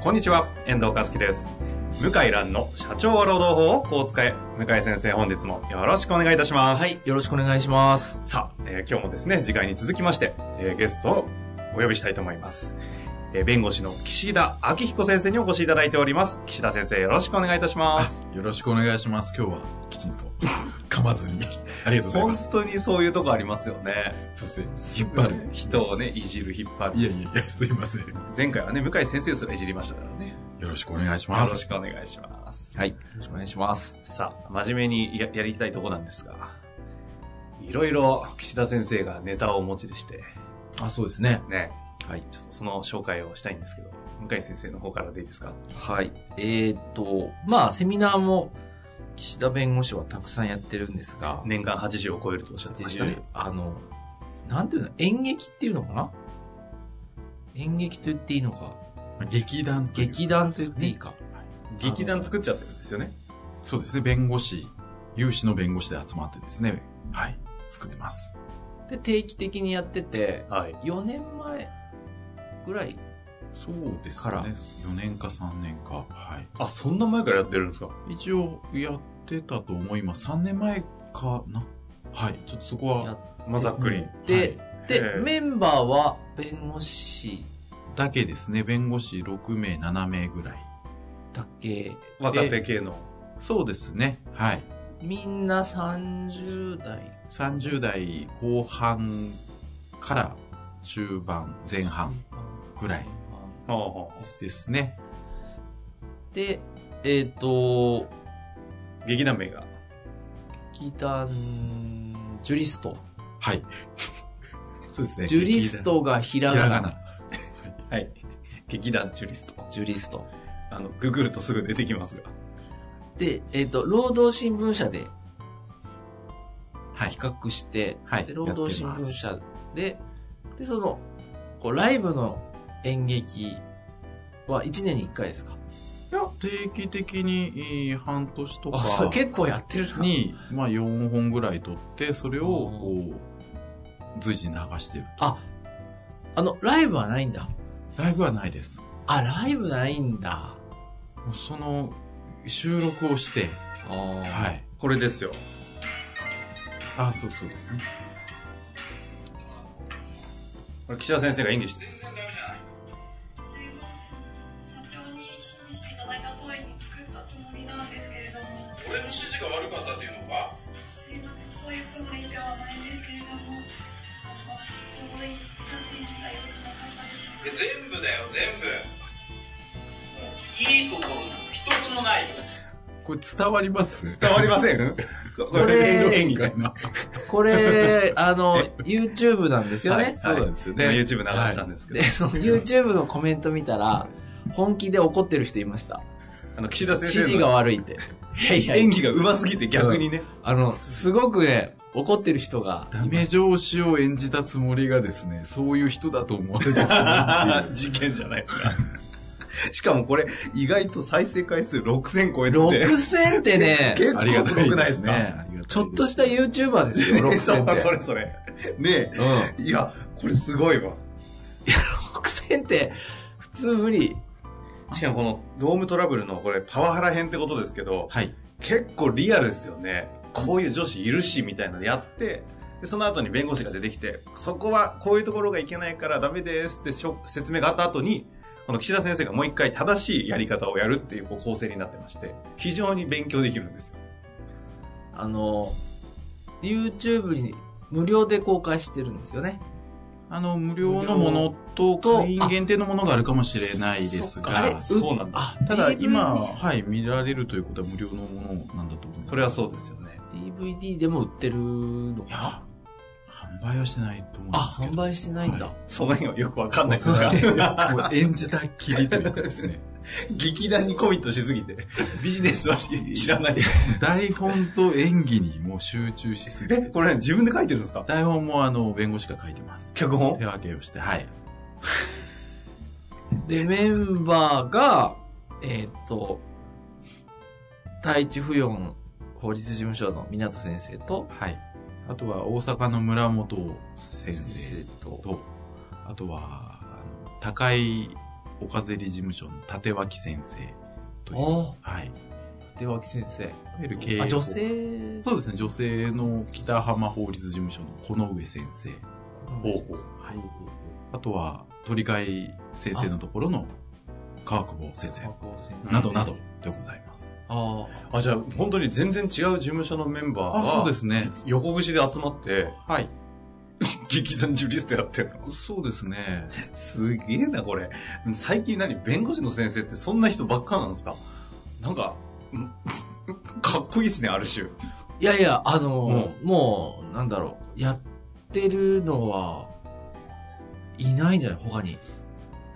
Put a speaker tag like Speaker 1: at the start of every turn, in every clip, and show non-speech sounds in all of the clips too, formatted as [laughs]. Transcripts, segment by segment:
Speaker 1: こんにちは、遠藤和樹です。向井蘭の社長は労働法をこう使え。向井先生、本日もよろしくお願いいたします。
Speaker 2: はい、よろしくお願いします。
Speaker 1: さあ、えー今日もですね、次回に続きまして、えーゲストをお呼びしたいと思います。えー弁護士の岸田明彦先生にお越しいただいております。岸田先生、よろしくお願いいたします。
Speaker 3: よろしくお願いします。今日はき
Speaker 2: [laughs]
Speaker 3: ちんと噛まずに。ありがとうござい
Speaker 1: 本
Speaker 3: ます。
Speaker 1: 当にそういうとこありますよね。
Speaker 3: そして、引っ張る。
Speaker 1: 人をね、いじる、引っ張る。
Speaker 3: いやいやいや、すいません。よ
Speaker 1: 前回はね、向井先生すらいじりましたからね。
Speaker 3: ろしくお願いし
Speaker 1: よ
Speaker 3: ま
Speaker 1: ろ
Speaker 3: す。
Speaker 1: しくお願いします。
Speaker 2: はい、よろしくお願いします。
Speaker 1: さあ、真面目にややりたいとこなんですが、いろいろ岸田先生がネタをお持ちでして、
Speaker 2: あ、そうですね。
Speaker 1: ね、
Speaker 2: はい。
Speaker 1: ちょっとその紹介をしたいんですけど、向井先生の方からでいいですか
Speaker 2: はい。えーっと、まあ、セミナーも、岸田弁護士はたくさんやってるんですが、
Speaker 1: 年間80を超えるとおっしゃってましたね。
Speaker 2: あの、なんていうの、演劇っていうのかな演劇と言っていいのか、
Speaker 3: 劇団という
Speaker 2: 劇団と言っていいか。
Speaker 1: 劇団作っちゃってるんですよね。
Speaker 3: そうですね。弁護士、有志の弁護士で集まってですね。はい。作ってます。
Speaker 2: で、定期的にやってて、
Speaker 1: はい。
Speaker 2: 4年前ぐらい
Speaker 3: そうです
Speaker 2: から
Speaker 3: ね。4年か3年か。はい。
Speaker 1: あ、そんな前からやってるんですか
Speaker 3: 一応、やってたと思います。3年前かな。はい。ちょっとそこ
Speaker 2: や
Speaker 3: は
Speaker 2: っ、
Speaker 1: まあざっくり。
Speaker 2: て、で
Speaker 1: へー、
Speaker 2: メンバーは弁護士
Speaker 3: だけですね。弁護士6名、7名ぐらい。
Speaker 2: だけ
Speaker 1: 若手系の。
Speaker 3: そうですね。はい。
Speaker 2: みんな30代。
Speaker 3: 30代後半から中盤前半ぐらい
Speaker 1: はあはあ
Speaker 3: ですね。
Speaker 2: で、えっ、と、
Speaker 1: 劇団名が。
Speaker 2: 劇団、ジュリスト。
Speaker 3: はい。 [laughs] そうですね。
Speaker 2: ジュリストがひ
Speaker 3: 劇
Speaker 2: ら
Speaker 3: 団。ひ
Speaker 2: がな。
Speaker 3: らがな。
Speaker 1: はい。劇団チュリスト。
Speaker 2: ジュリスト。
Speaker 1: あの、ググるとすぐ出てきますが。
Speaker 2: で、えっ、と、労働新聞社で
Speaker 3: はい
Speaker 2: 比。較して、
Speaker 3: はい
Speaker 2: で労働新聞社で、で、その、こう、ライブの演劇は1年に1回ですか。
Speaker 3: いや、定期的にえー半年と
Speaker 2: あ、それ
Speaker 3: か
Speaker 2: 結構やってるな。
Speaker 3: に、まあ4本ぐらい撮って、それをこう、随時流してる。
Speaker 2: あの、ライブはないんだ。
Speaker 3: ライブはないです。
Speaker 2: あ、ライブないんだ。
Speaker 3: もうその、収録をして、
Speaker 2: は。
Speaker 3: はいい。
Speaker 1: これですよ。
Speaker 3: あ、そうそうですね。
Speaker 1: これ岸田先生が演技してる。
Speaker 4: すいません社長に指示していただいた通りに作ったつもりなんですけれども
Speaker 5: 俺の指示が悪かったっていうのか
Speaker 4: すいませんそういうつもりではないんですけれどもあのちょうどいいなんて言ったらよくなかったでしょう
Speaker 5: いや
Speaker 4: か
Speaker 5: 全部だよ全部もういいところなんか一つもないよ
Speaker 3: これ伝わります
Speaker 1: 伝わり [laughs] ませんここ
Speaker 2: これ
Speaker 1: 演技
Speaker 3: 今
Speaker 1: か
Speaker 3: 回。の
Speaker 2: これ、あの、YouTube なんですよね。
Speaker 1: はい
Speaker 3: そうなんですよね。
Speaker 1: 今 YouTube 流したんですけど
Speaker 3: [laughs]
Speaker 2: で、あ。の YouTube のコメント見たら、本気で怒ってる人いました。
Speaker 1: あの、岸田
Speaker 2: 指
Speaker 1: 先
Speaker 2: 示
Speaker 1: 生
Speaker 2: が
Speaker 1: の
Speaker 2: 悪いって。いやい
Speaker 1: 演
Speaker 2: や、
Speaker 1: 技が上手すぎて逆にね。
Speaker 2: あの、すごくね、怒ってる人が。
Speaker 3: ダメ上司を演じたつもりがですね、そういう人だと思われてしまうっていう。
Speaker 1: [laughs] 事件じゃないですか。しかもこれ、意外と再生回数6000超えてて。
Speaker 2: 6000っ
Speaker 3: [laughs]
Speaker 2: てね、
Speaker 1: 結構
Speaker 3: ありが
Speaker 1: す
Speaker 3: た
Speaker 1: ご
Speaker 3: い
Speaker 1: くない
Speaker 3: で
Speaker 1: です
Speaker 3: す
Speaker 1: か
Speaker 3: ね。ありがたいです
Speaker 2: ちょっとした YouTuber で
Speaker 3: [laughs]
Speaker 2: すよ、
Speaker 1: [laughs] そ
Speaker 2: 6000っ
Speaker 1: う、そ
Speaker 2: て。
Speaker 1: れそれ。ねえ。いや、これすごいわ。
Speaker 2: 6000って、普通無理。
Speaker 1: しかもこの、ロームトラブルのこれ、パワハラ編ってことですけど、
Speaker 3: はい。
Speaker 1: 結構リアルですよね。こういう女子いるし、みたいなのやって、で、その後に弁護士が出てきて、そこはこういうところがいけないからダメですってしょ説明があった後に、この岸田先生がもう一回正しいやり方をやるっていうこう構成になってまして、非常に勉強できるんですよ。
Speaker 2: あの、YouTube に無料で公開してるんですよね。
Speaker 3: あの、無料のものと、
Speaker 2: と
Speaker 3: 会員限定のものがあるかもしれないです
Speaker 2: あれ
Speaker 3: が、
Speaker 1: そうなんだ。
Speaker 2: あ、
Speaker 3: ただ
Speaker 2: DVD
Speaker 3: 今、はい、見られるということは無料のものなんだと思います。
Speaker 1: これはそうですよね。
Speaker 2: DVD でも売ってるのか
Speaker 3: いや、販売はしてないと思うん
Speaker 2: あ
Speaker 3: ですけど
Speaker 2: 販売してないんだ、
Speaker 3: は
Speaker 1: その辺はよくわかんないです
Speaker 2: そうだ
Speaker 1: が
Speaker 2: ね、
Speaker 3: もう演じたっきりというかですね
Speaker 1: [laughs] 劇団にコミットしすぎて、ビジネスは知らない。
Speaker 3: 台本と演技にもう集中しすぎ
Speaker 1: え、
Speaker 3: て
Speaker 1: これ自分で書いてるんですか
Speaker 3: 台本もあの弁護士が書いてます
Speaker 1: 脚本
Speaker 3: 手分けをしてはい
Speaker 2: で、メンバーが、えーっと、太一不四法律事務所の港先生と、
Speaker 3: はいあとは大阪の村本先生
Speaker 2: と、
Speaker 3: とあとはあの高井岡ゼリ事務所の立脇先生という
Speaker 2: お
Speaker 3: はいいわ
Speaker 2: 出脇先生。
Speaker 3: ゆる経営
Speaker 2: あ、女性
Speaker 3: そうですね女性の北浜法律事務所の小野上先生はい、あとは鳥飼先生のところの川久保先生
Speaker 2: 若尾先生
Speaker 3: などなど。でございます
Speaker 2: あ
Speaker 1: あ、じゃあ本当に全然違う事務所のメンバー
Speaker 3: あそうで
Speaker 1: が
Speaker 3: すね
Speaker 1: 横串で集まって、
Speaker 3: はい
Speaker 1: 劇団ジュリストやってるの。
Speaker 3: そうですね
Speaker 1: すげえな、これ。最近何弁護士の先生ってそんな人ばっかなんですかなんか、 [laughs] んかっこいいっすね、ある種。
Speaker 2: あ。いやいや、あのー、もう、なんだろう、やってるのは、いないんじゃない他に。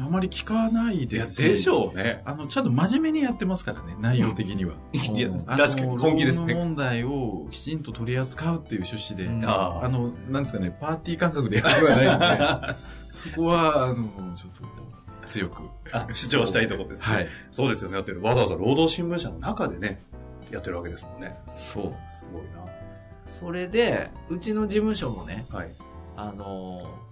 Speaker 3: あまり聞かない
Speaker 1: い
Speaker 3: で
Speaker 1: や、
Speaker 3: す
Speaker 1: でしょうね。
Speaker 3: あのちゃんと真面目にやってますからね内容的には
Speaker 1: [laughs] いや
Speaker 2: うん、
Speaker 3: あの
Speaker 1: 確かに本気です
Speaker 3: 労務
Speaker 1: ね。
Speaker 3: 問題をきちんと取り扱うっていう趣旨で、
Speaker 2: うん
Speaker 1: あ
Speaker 3: あのなんですかねパーティー感覚でやってはないので
Speaker 1: [laughs]
Speaker 3: そこはあのちょっと強く
Speaker 1: あ、主張したいところです、ね。
Speaker 3: はい
Speaker 1: そうですよね。だってわざわざ労働新聞社の中でね、やってるわけですもんね。
Speaker 2: そう。
Speaker 1: すごいな。
Speaker 2: それで、うちの事務所もね、
Speaker 1: はい。
Speaker 2: あのー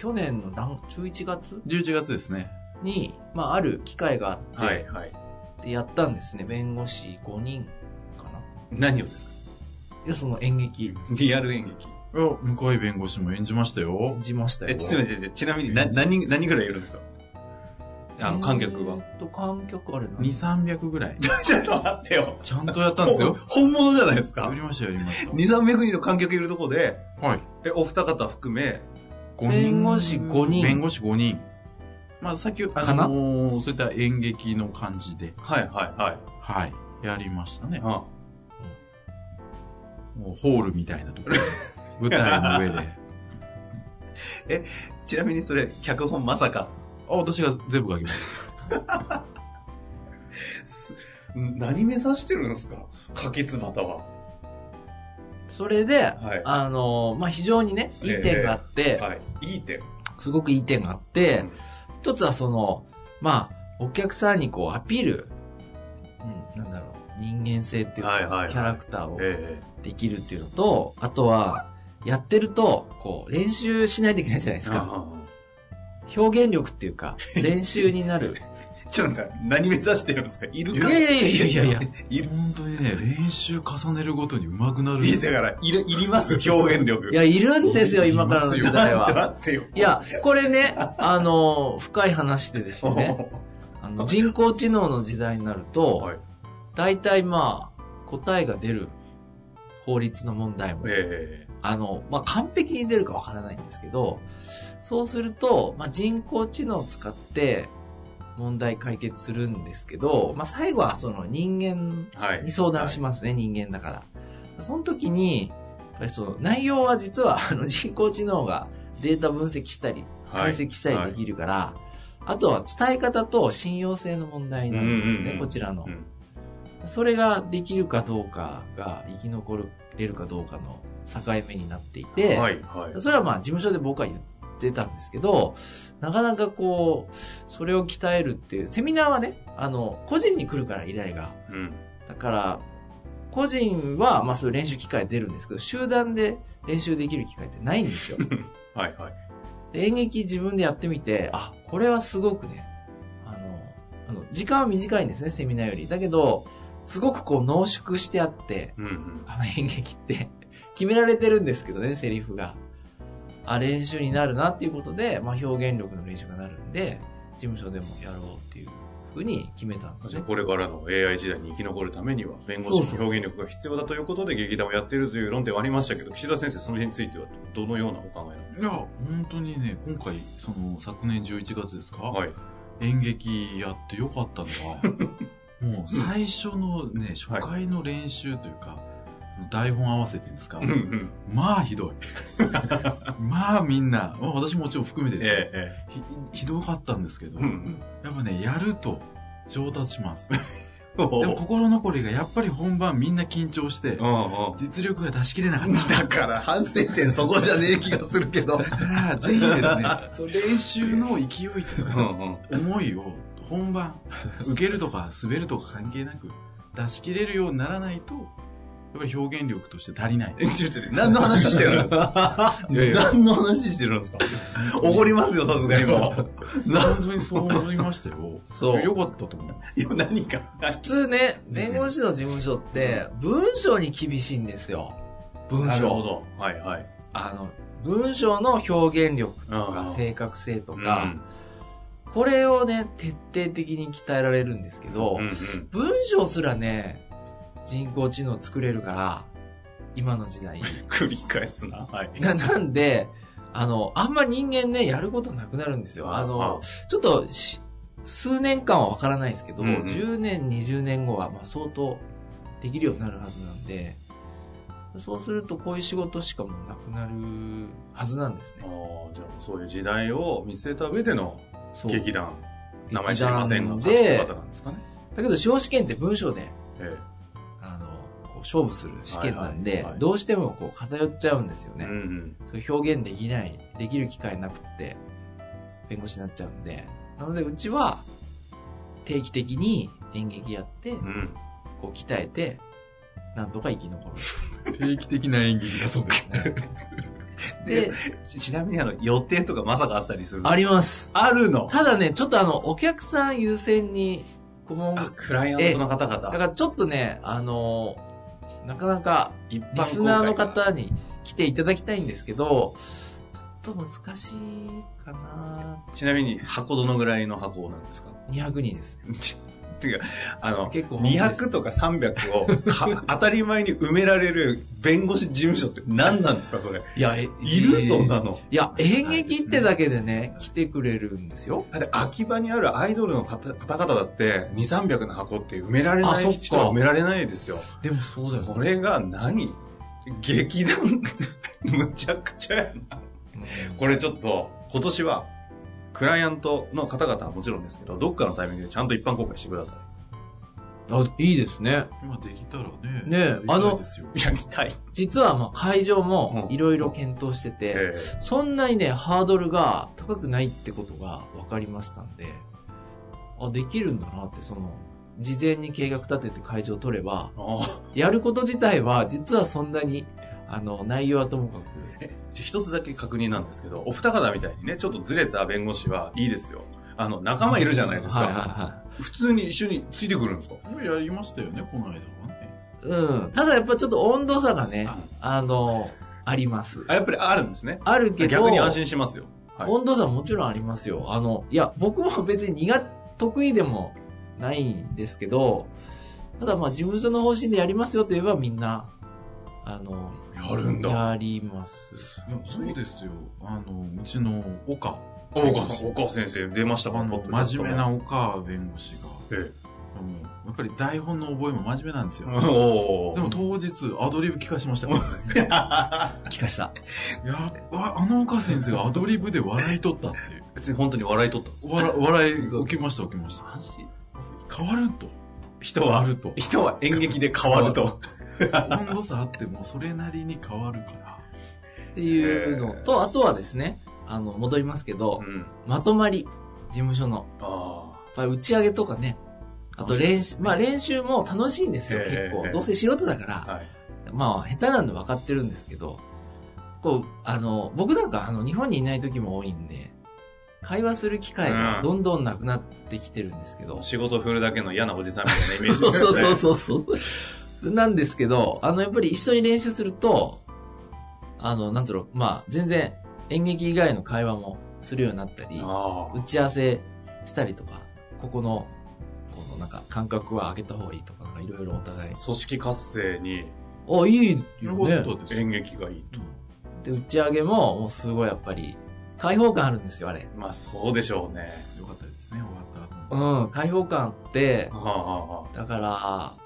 Speaker 2: 去年の何11月
Speaker 3: 11月ですね
Speaker 2: に、まあ、ある機会があって、
Speaker 1: はい、はい。
Speaker 2: でやったんですね。弁護士5人かな。
Speaker 1: 何をですか
Speaker 2: で、その演劇
Speaker 1: リアル演劇。
Speaker 3: いや向井弁護士も演じましたよ
Speaker 2: 演じましたよ。
Speaker 1: え、ちょっと待って、ちなみにな何人、何ぐらいいるんですか [laughs] あの、観客は。
Speaker 2: えーっと、観客あれ何
Speaker 3: 2300ぐらい
Speaker 1: ちょっと待ってよ。
Speaker 3: ちゃんとやったんです
Speaker 1: [laughs]
Speaker 3: よ
Speaker 1: ほ本物じゃないです
Speaker 3: や
Speaker 1: か
Speaker 3: り。ましたやりまし
Speaker 1: 2、300人の観客いるとこで、
Speaker 3: たはい
Speaker 1: え、お二方含め、
Speaker 3: 5人
Speaker 2: 弁護士五人
Speaker 3: 弁護士5人まあさっきあ
Speaker 2: かな
Speaker 3: のーそういった演劇の感じで
Speaker 1: はい、はい、はい。
Speaker 3: はいやりましたね
Speaker 1: あ
Speaker 3: もうホールみたいな
Speaker 1: [laughs]
Speaker 3: ところで舞台の上で
Speaker 1: ちなみにそれ、脚本まさか。
Speaker 3: あ私が全部書きまし
Speaker 1: す何目指してるんですかかけつばたは。
Speaker 2: それで、
Speaker 1: はい
Speaker 2: あのーまあ、非常にね、いい点があって、
Speaker 1: はい。いい点。
Speaker 2: すごくいい点があって
Speaker 1: うん、
Speaker 2: 一つはその、まあ、お客さんにこうアピール、うん、なんだろう、人間性っていうか、
Speaker 1: はいはいはい
Speaker 2: キャラクターを
Speaker 1: え
Speaker 2: できるっていうのと、あとは、やってると、こう、練習しないといけないじゃないで
Speaker 1: え
Speaker 2: すか。表現力っていうか、練習になる。
Speaker 1: ちょっと待って何目指してるんですかい
Speaker 2: い
Speaker 1: る
Speaker 2: や
Speaker 1: か
Speaker 2: いやいやいやいや。
Speaker 1: い
Speaker 3: た
Speaker 1: る。
Speaker 3: 本当にね練習重ねるごとに上手くなるん
Speaker 1: い
Speaker 3: で
Speaker 1: や
Speaker 3: す
Speaker 1: だ [laughs]
Speaker 3: よ
Speaker 1: から、いる、いります表現力。
Speaker 2: いや、いるんですよ、
Speaker 3: い
Speaker 2: 今
Speaker 3: ま
Speaker 2: からの
Speaker 3: すよ
Speaker 2: 時
Speaker 1: [laughs]
Speaker 2: 代
Speaker 1: ちょっと
Speaker 2: は。
Speaker 1: 待ってよ。
Speaker 2: いや、これね、あのー、深い話ででしてね、あの、人工知能の時代になる
Speaker 1: は
Speaker 2: と
Speaker 1: い、
Speaker 2: 大体まあ、答えが出る法律の問題も、
Speaker 1: え
Speaker 2: あの、まあ、完璧に出るかわからないんですけど、そうすると、まあ、人工知能を使って問題解決するんですけど、まあ、最後はその人間
Speaker 1: えはい。
Speaker 2: に相談しますね、人間だから。その時に、やっぱりその内容は実は [laughs] あの人工知能がデータ分析したり、
Speaker 1: は
Speaker 2: 解
Speaker 1: い。
Speaker 2: 析したりできるから、あとは伝え方と信用性の問題なんです
Speaker 1: う
Speaker 2: ね、
Speaker 1: んうんうん
Speaker 2: こちらの
Speaker 1: う。ん
Speaker 2: それができるかどうかが生き残れるかどうかの境目になっていて、
Speaker 1: はい、はい。
Speaker 2: それはまあ事務所で僕は言ってたんですけど、なかなかこう、それを鍛えるっていう、セミナーはね、あの、個人に来るから依頼が。
Speaker 1: うん。
Speaker 2: だから、個人はまあそういう練習機会出るんですけど、集団で練習できる機会ってないんですよ。
Speaker 1: [laughs] はい、はい。
Speaker 2: で演劇自分でやってみて、あ、これはすごくね、あの、あの時間は短いんですね、セミナーより。だけど、すごくこう濃縮してあって、
Speaker 1: うんうん。
Speaker 2: あの演劇って、決められてるんですけどね、セリフが。あ、練習になるなっていうことで、まあ表現力の練習がなるんで、事務所でもやろうっていうふうに決めたんです
Speaker 1: じゃあ
Speaker 2: ね。
Speaker 1: これからの AI 時代に生き残るためには、弁護士の表現力が必要だということで劇団をやっているという論点はありましたけど、岸田先生、その辺についてはどのようなお考えなの
Speaker 3: いや本当にね今回その昨年11月ですか、
Speaker 1: はい。
Speaker 3: 演劇やってよか [laughs] ったのはもう最初のね初回の練習というか、台本合わせてですか
Speaker 1: うんうん。
Speaker 3: まあひ [laughs] どいまあみんな、まあ、私もちろん含めてですよ
Speaker 1: ええ、え
Speaker 3: ひひどかったんですけど、
Speaker 1: え。うんうん。
Speaker 3: やっぱねやると上達しますで
Speaker 1: お
Speaker 3: も
Speaker 1: お。
Speaker 3: 心残りがやっぱり本番みんな緊張して実力が出し切れなかっ
Speaker 1: うんうん。
Speaker 3: た
Speaker 1: だから反省点そこじゃねえ気がするけど。
Speaker 3: だからぜひですね [laughs] その練習の勢いと
Speaker 1: う
Speaker 3: か
Speaker 1: んうん。
Speaker 3: 思いを本番受けるとか滑るとか関係なく出し切れるようにならないとやっぱり表現力として足りない
Speaker 1: え、ちょっと何の話してるんですか
Speaker 3: いやいや
Speaker 1: 何の話してるんですかおごりますよ、さすがにもう。な
Speaker 3: 本当にそう思いましたよ
Speaker 2: そう
Speaker 3: よかったと思う
Speaker 1: いや、何か。
Speaker 2: 普通ね、弁護士の事務所って、文章に厳しいんですよ。文
Speaker 1: なるほ
Speaker 2: 章。
Speaker 1: ど。はいはい。
Speaker 2: あの、文章の表現力と
Speaker 1: あ
Speaker 2: か
Speaker 1: ー
Speaker 2: 正確性と
Speaker 1: と
Speaker 2: か、、これをね、徹底的に鍛えられるんですけど、
Speaker 1: うんうん。
Speaker 2: 文章すらね、人工知能作れるから、今の
Speaker 1: [laughs]
Speaker 2: 時代。
Speaker 1: 繰り返すな。はい。
Speaker 2: な、なんで、あの、あんま人間ね、やることなくなるんですよ。あの、ちょっとし、数年間はわからないですけど、
Speaker 1: うんうん
Speaker 2: 10年、20年後は、まあ相当できるようになるはずなんで、そうするとこういう仕事しかもうなくなるはずなんです
Speaker 1: あ
Speaker 2: ね。
Speaker 1: ーじゃあそういう時代を見据えた上での
Speaker 2: そう
Speaker 1: 劇団、名前知りませんが、
Speaker 2: 劇団で
Speaker 1: 方なんですかね。
Speaker 2: だけど、司法試験って文章で、
Speaker 1: え
Speaker 2: あの、こう勝負する試験なん
Speaker 1: はい
Speaker 2: で
Speaker 1: はいは、い
Speaker 2: どうしてもこう偏っちゃうんですよ
Speaker 1: え。
Speaker 2: ね。
Speaker 1: うんうん。
Speaker 2: そういう表現できない、できる機会なくって、弁護士になっちゃうんで。なので、うちは、定期的に演劇やって、
Speaker 1: うん。
Speaker 2: こう鍛えて、なんとか生き残る。
Speaker 3: 定期的な演技だそうです
Speaker 2: で、
Speaker 1: ちちなみにあの、予定とかまさかあったりする
Speaker 2: [laughs] あります。
Speaker 1: あるの
Speaker 2: ただね、ちょっとあの、お客さん優先に、顧問、
Speaker 1: あ
Speaker 2: だ、
Speaker 1: クライアントの方々。
Speaker 2: からちょっとね、あの、なかなか、
Speaker 1: 一
Speaker 2: リスナーの方に来ていただきたいんですけど、ちょっと難しいかな
Speaker 1: ちなみに箱どのぐらいの箱なんですか [laughs]
Speaker 2: 200人ですね。
Speaker 1: ていうか、あの、
Speaker 2: 結構本当です。
Speaker 1: 200とか300をか当たり前に埋められる弁護士事務所って何なんですかそれ。
Speaker 2: いや、え
Speaker 1: いる
Speaker 2: えー
Speaker 1: そんなの。
Speaker 2: いや、演劇ってだけでね、来てくれるんですよ。
Speaker 1: だって秋葉にあるアイドルの方方々だって2、300の箱って埋められな
Speaker 2: あそっ
Speaker 1: い
Speaker 2: か
Speaker 1: 人は埋められないですよ。
Speaker 2: でもそうだよ。
Speaker 1: これが何劇団 [laughs] むちゃくちゃやな。これちょっと今年はクライアントの方々はもちろんですけど、どっかのタイミングでちゃんと一般公開してくださ
Speaker 2: あいいですね。
Speaker 3: 今できたらねで
Speaker 2: ねえ
Speaker 3: きないですよ
Speaker 1: い。やりたい。
Speaker 2: 実はまあ会場も
Speaker 1: うん
Speaker 2: いろいろ検討してて、そんなにね、ハードルが高くないってことが分かりましたんで、あ、できるんだなって、その、事前に計画立てて会場を取れば、
Speaker 1: ああ
Speaker 2: やること自体は実はそんなに、あの、内容はともかく、
Speaker 1: えじゃあ一つだけ確認なんですけど、お二方みたいにね、ちょっとずれた弁護士はいいですよ。あの、仲間いるじゃないですか。
Speaker 2: はいは
Speaker 1: 普通に一緒についてくるんですか
Speaker 3: やりましたよねこの間はね
Speaker 2: いはい。うん。ただやっぱちょっと温度差がね、あの、あります。
Speaker 1: あ、やっぱりあるんですね。
Speaker 2: あるけど、
Speaker 1: 逆に安心しますよ。はい
Speaker 2: 温度差もちろんありますよ。あの、いや、僕も別に苦得意でもないんですけど、ただまあ事務所の方針でやりますよと言えばみんな、あの、
Speaker 1: やるんだ。
Speaker 2: やります。
Speaker 3: いやそうですよあのうちの岡
Speaker 1: お母さん、お母先生出ましたか
Speaker 3: あの真面目な。岡弁護士が
Speaker 1: ポッドキャス
Speaker 3: もうやっぱり台本の覚えも真面目なんですよ
Speaker 1: トのええ。お
Speaker 3: で
Speaker 1: ー
Speaker 3: も当日アドリブ聞かしましたからね
Speaker 2: 聞かした。
Speaker 3: やっぱあの岡先生がアドリブで笑い取ったっていう
Speaker 1: 別に本当に笑い取ったんです
Speaker 3: 笑笑い起きました起きました
Speaker 1: マジ
Speaker 3: 変わると
Speaker 1: 人
Speaker 3: 変わ
Speaker 1: は、
Speaker 3: ると
Speaker 1: 人は演劇で変わると。
Speaker 3: 温度差あってもそれなりに変わるから
Speaker 2: っていうのと、あとはですね、あの、戻りますけど、
Speaker 1: ん。
Speaker 2: まとまり、事務所の。
Speaker 1: あ
Speaker 2: やっぱり打ち上げとかね、あと練習、まあ練習も楽しいんですよ、
Speaker 1: ええ
Speaker 2: 結
Speaker 1: え
Speaker 2: 構。
Speaker 1: え
Speaker 2: どうせ素人だから
Speaker 1: あ。、はい。
Speaker 2: まあ、下手なんで分かってるんですけど、こう、あの、僕なんか、あの、日本にいない時も多いんで、会話する機会がどんどんなくなってきてるんですけ
Speaker 1: [laughs]
Speaker 2: ど、
Speaker 1: 仕事振るだけの嫌なおじさんみたいなイメージ
Speaker 2: そうそうそう
Speaker 1: う。
Speaker 2: そうそう。なんですけど、あの、やっぱり一緒に練習すると、あの、なんだろう、まあ、全然演劇以外の会話もするようになったり、
Speaker 1: あ
Speaker 2: 打ち合わせしたりとか、ここの、このなんか感覚は上げた方がいいとか、なんかいろいろお互い
Speaker 1: あ。、組織活性に
Speaker 2: あ、いいよね。
Speaker 3: よかったですよ
Speaker 1: 演劇がいい。
Speaker 2: で、打ち上げも、もうすごいやっぱり、開放感あるんですよ、あれ。
Speaker 1: まあ、そうでしょうね。
Speaker 3: よかったですね終わった後も
Speaker 2: うん、開放感あって
Speaker 1: あ、あ、ああ。
Speaker 2: だから、あ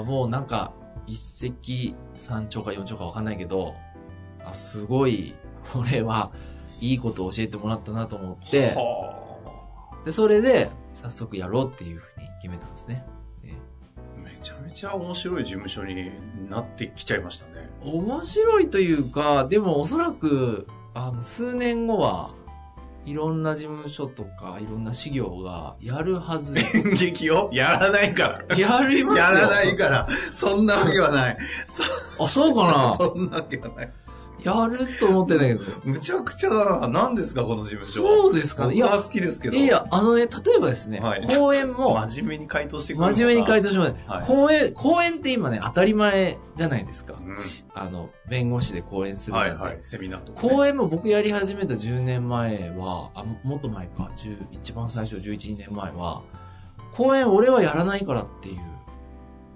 Speaker 2: ーもうなんか、一石3兆か4兆かわかんないけど、あ、すごい、これは、いいことを教えてもらったなと思って、
Speaker 1: は
Speaker 2: で、それで、早速やろうっていうふうに決めたんですね。
Speaker 1: あめちゃめちゃ面白い事務所になってきちゃいましたね。
Speaker 2: 面白いというか、でもおそらく、あの、数年後は、いろんな事務所とか、いろんな事業がやるはず。
Speaker 1: [laughs] 演劇をやらないから。
Speaker 2: やりますよ。
Speaker 1: やらないから。そんなわけはない。
Speaker 2: あ、そうかな
Speaker 1: [laughs] そんなわけはない。
Speaker 2: やると思ってんだけど。
Speaker 1: むちゃくちゃだな。何ですか、この事務所。
Speaker 2: そうですかね。い
Speaker 1: 僕は
Speaker 2: や、
Speaker 1: 好きですけど。
Speaker 2: いや、あのね、例えばですね、
Speaker 1: はい
Speaker 2: 公演も、
Speaker 1: 真面目に回答してくれる
Speaker 2: 真面目に回
Speaker 1: 答。
Speaker 2: 答します。
Speaker 1: はい
Speaker 2: 公演、公演って今ね、当たり前じゃないですか。
Speaker 1: うん
Speaker 2: あの、弁護士で公演するなん
Speaker 1: は
Speaker 2: て。
Speaker 1: いはい。セミナーとかね、
Speaker 2: 公演も僕やり始めた10年前は、あ、ももっと前か、10一番最初11、2年前は、公演俺はやらないからっていう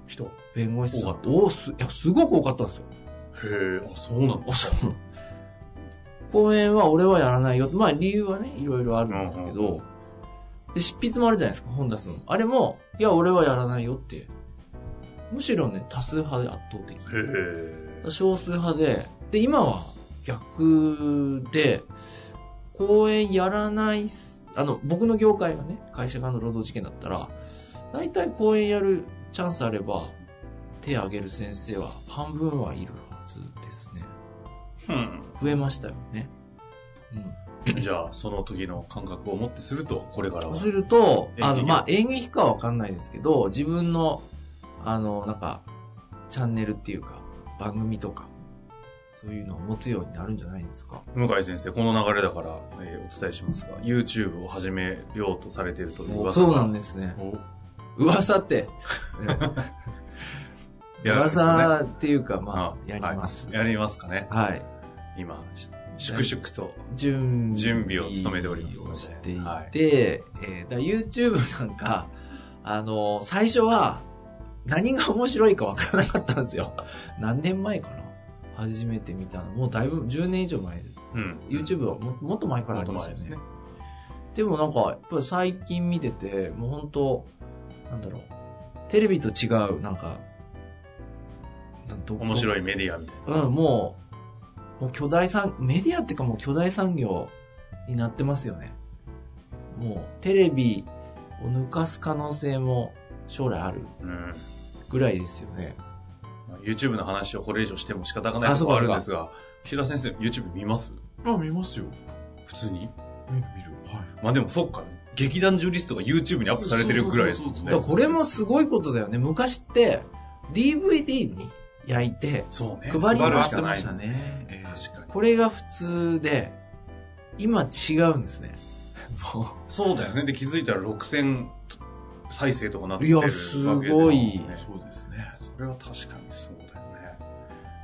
Speaker 1: 人。へ
Speaker 2: 弁護士さ
Speaker 1: 多か
Speaker 2: ん
Speaker 1: った
Speaker 2: をす、いや、すごく多かったんですよ。
Speaker 1: え、あ、そうなの
Speaker 2: あそう [laughs] 公演は俺はやらないよ。まあ理由はね、いろいろあるんですけど、で、執筆もあるじゃないですか、本出すの。あれも、いや、俺はやらないよって。むしろね、多数派で圧倒的。
Speaker 1: へえ。
Speaker 2: 少数派で、で、今は逆で、公演やらないす、あの、僕の業界がね、会社側の労働事件だったら、大体公演やるチャンスあれば、手挙げる先生は半分はいるはずですね。
Speaker 1: うん
Speaker 2: 増えましたよね。
Speaker 1: じゃあ、その時の感覚をもってすると、これから
Speaker 2: う
Speaker 1: は
Speaker 2: ん。。すると、
Speaker 1: 演劇
Speaker 2: あの、まあ、演劇かはわかんないですけど、自分の、あの、なんか、チャンネルっていうか、番組とか、そういうのを持つようになるんじゃないですか。
Speaker 1: 向井先生、この流れだから、えーお伝えしますが、YouTube を始めようとされているという噂が
Speaker 2: そうなんですね。噂 [laughs] って。
Speaker 1: いや
Speaker 2: 噂っていうか、まあ、やり
Speaker 1: はい
Speaker 2: ます。
Speaker 1: やりますかね。
Speaker 2: はい。
Speaker 1: 今、し粛々と。
Speaker 2: 準備
Speaker 1: 準備を務めておりますので
Speaker 2: をしていて、
Speaker 1: はい
Speaker 2: えーだ YouTube なんか、あの最初は、何が面白いかわからなかったんですよ。 [laughs] 何年前かな初めて見たの。もうだいぶ、10年以上前。
Speaker 1: うん。
Speaker 2: YouTube はももっと前からありましたよね。でもなんか、やっぱり最近見てて、もう本当なんだろう。テレビと違う、なんか、なんと
Speaker 1: 面白いメディアみたい
Speaker 2: うん、もう、もう巨大産、メディアっていうかもう巨大産業になってますよね。もう、テレビを抜かす可能性も将来ある
Speaker 1: な。うん。
Speaker 2: ぐらいですよね。
Speaker 1: まあ YouTube の話をこれ以上しても仕方がない
Speaker 2: あ
Speaker 1: と
Speaker 2: そう
Speaker 1: こ
Speaker 2: か
Speaker 1: あるんですが、岸田先生、YouTube 見ます
Speaker 3: あ、見ますよ。
Speaker 1: 普通に
Speaker 3: 見る見る。はい。
Speaker 1: まあでもそっか、劇団ジュリストが YouTube にアップされてるぐらいですもん
Speaker 3: そうそ
Speaker 1: ね
Speaker 3: うそ
Speaker 2: だ
Speaker 3: う
Speaker 2: から。これもすごいことだよね。昔って、DVD に焼いて、
Speaker 1: そうね。
Speaker 2: 配り
Speaker 1: 配る
Speaker 2: ま
Speaker 1: し
Speaker 2: した
Speaker 1: か
Speaker 2: ね
Speaker 1: ない
Speaker 3: 配るしかないねえー
Speaker 1: 確かに。
Speaker 2: これが普通で、今違うんですね。もう
Speaker 1: そうだよね。で、気づいたら6000再生とかなって
Speaker 2: い
Speaker 1: る
Speaker 2: や
Speaker 1: わけですもんね。
Speaker 2: すごい
Speaker 3: そうですね。
Speaker 1: これは確かにそうだよね。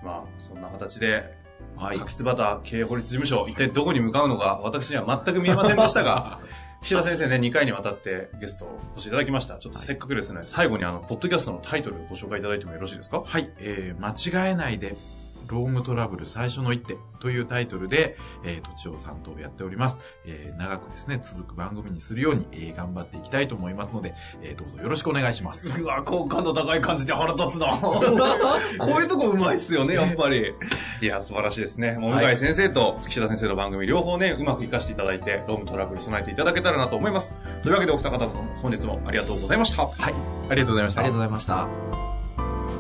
Speaker 1: まあ、そんな形で、
Speaker 2: はい。
Speaker 1: 柿椿経営法律事務所、一体どこに向かうのか、私には全く見えませんでした [laughs] が、岸田先生ね、2回にわたってゲストをお越しいただきました。ちょっとせっかくですね、最後にあの、ポッドキャストのタイトルをご紹介いただいてもよろしいですか
Speaker 3: はい、えー間違えないで、ロングトラブル最初の一手というタイトルで、えー、とちおさんとやっております。えー長くですね、続く番組にするように、えー頑張っていきたいと思いますので、えーどうぞよろしくお願いします。
Speaker 1: うわ、好感度高い感じで腹立 [laughs] つな。こういうとこうまいっす [laughs] よね、やっぱり。いや、素晴らしいですね。もう、向井先生と岸田先生の番組両方ね、うまく活かしていただいて、ロームトラブル備えていただけたらなと思います。というわけで、お二方とも本日もありがとうございました。
Speaker 3: はい、ありがとうございまし
Speaker 2: あ
Speaker 3: た
Speaker 2: りがとう。ございました。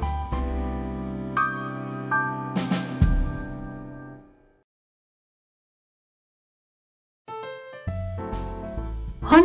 Speaker 6: 本